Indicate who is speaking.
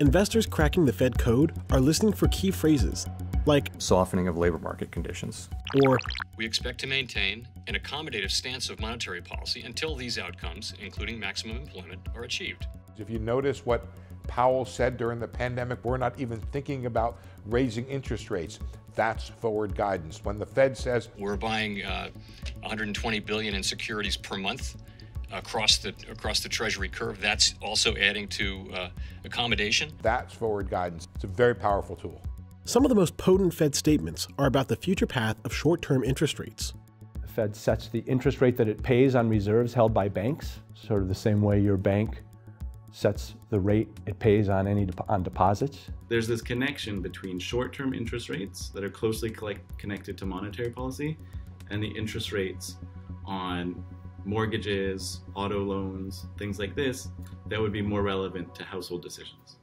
Speaker 1: Investors cracking the Fed code are listening for key phrases like
Speaker 2: softening of labor market conditions.
Speaker 1: or
Speaker 3: We expect to maintain an accommodative stance of monetary policy until these outcomes, including maximum employment, are achieved.
Speaker 4: If you notice what Powell said during the pandemic, we're not even thinking about raising interest rates. That's forward guidance. When the Fed says
Speaker 3: We're buying uh, 120 billion in securities per month across the across the Treasury curve. That's also adding to uh, accommodation.
Speaker 4: that's forward guidance, it's a very powerful tool.
Speaker 1: some of the most potent Fed statements are about the future path of short term interest rates.
Speaker 5: The Fed sets the interest rate that it pays on reserves held by banks, sort of the same way your bank sets the rate it pays on any dep- on deposits.
Speaker 6: there's this connection between short-term interest rates that are closely collect- connected to monetary policy and the interest rates on mortgages, auto loans, things like this that would be more relevant to household decisions.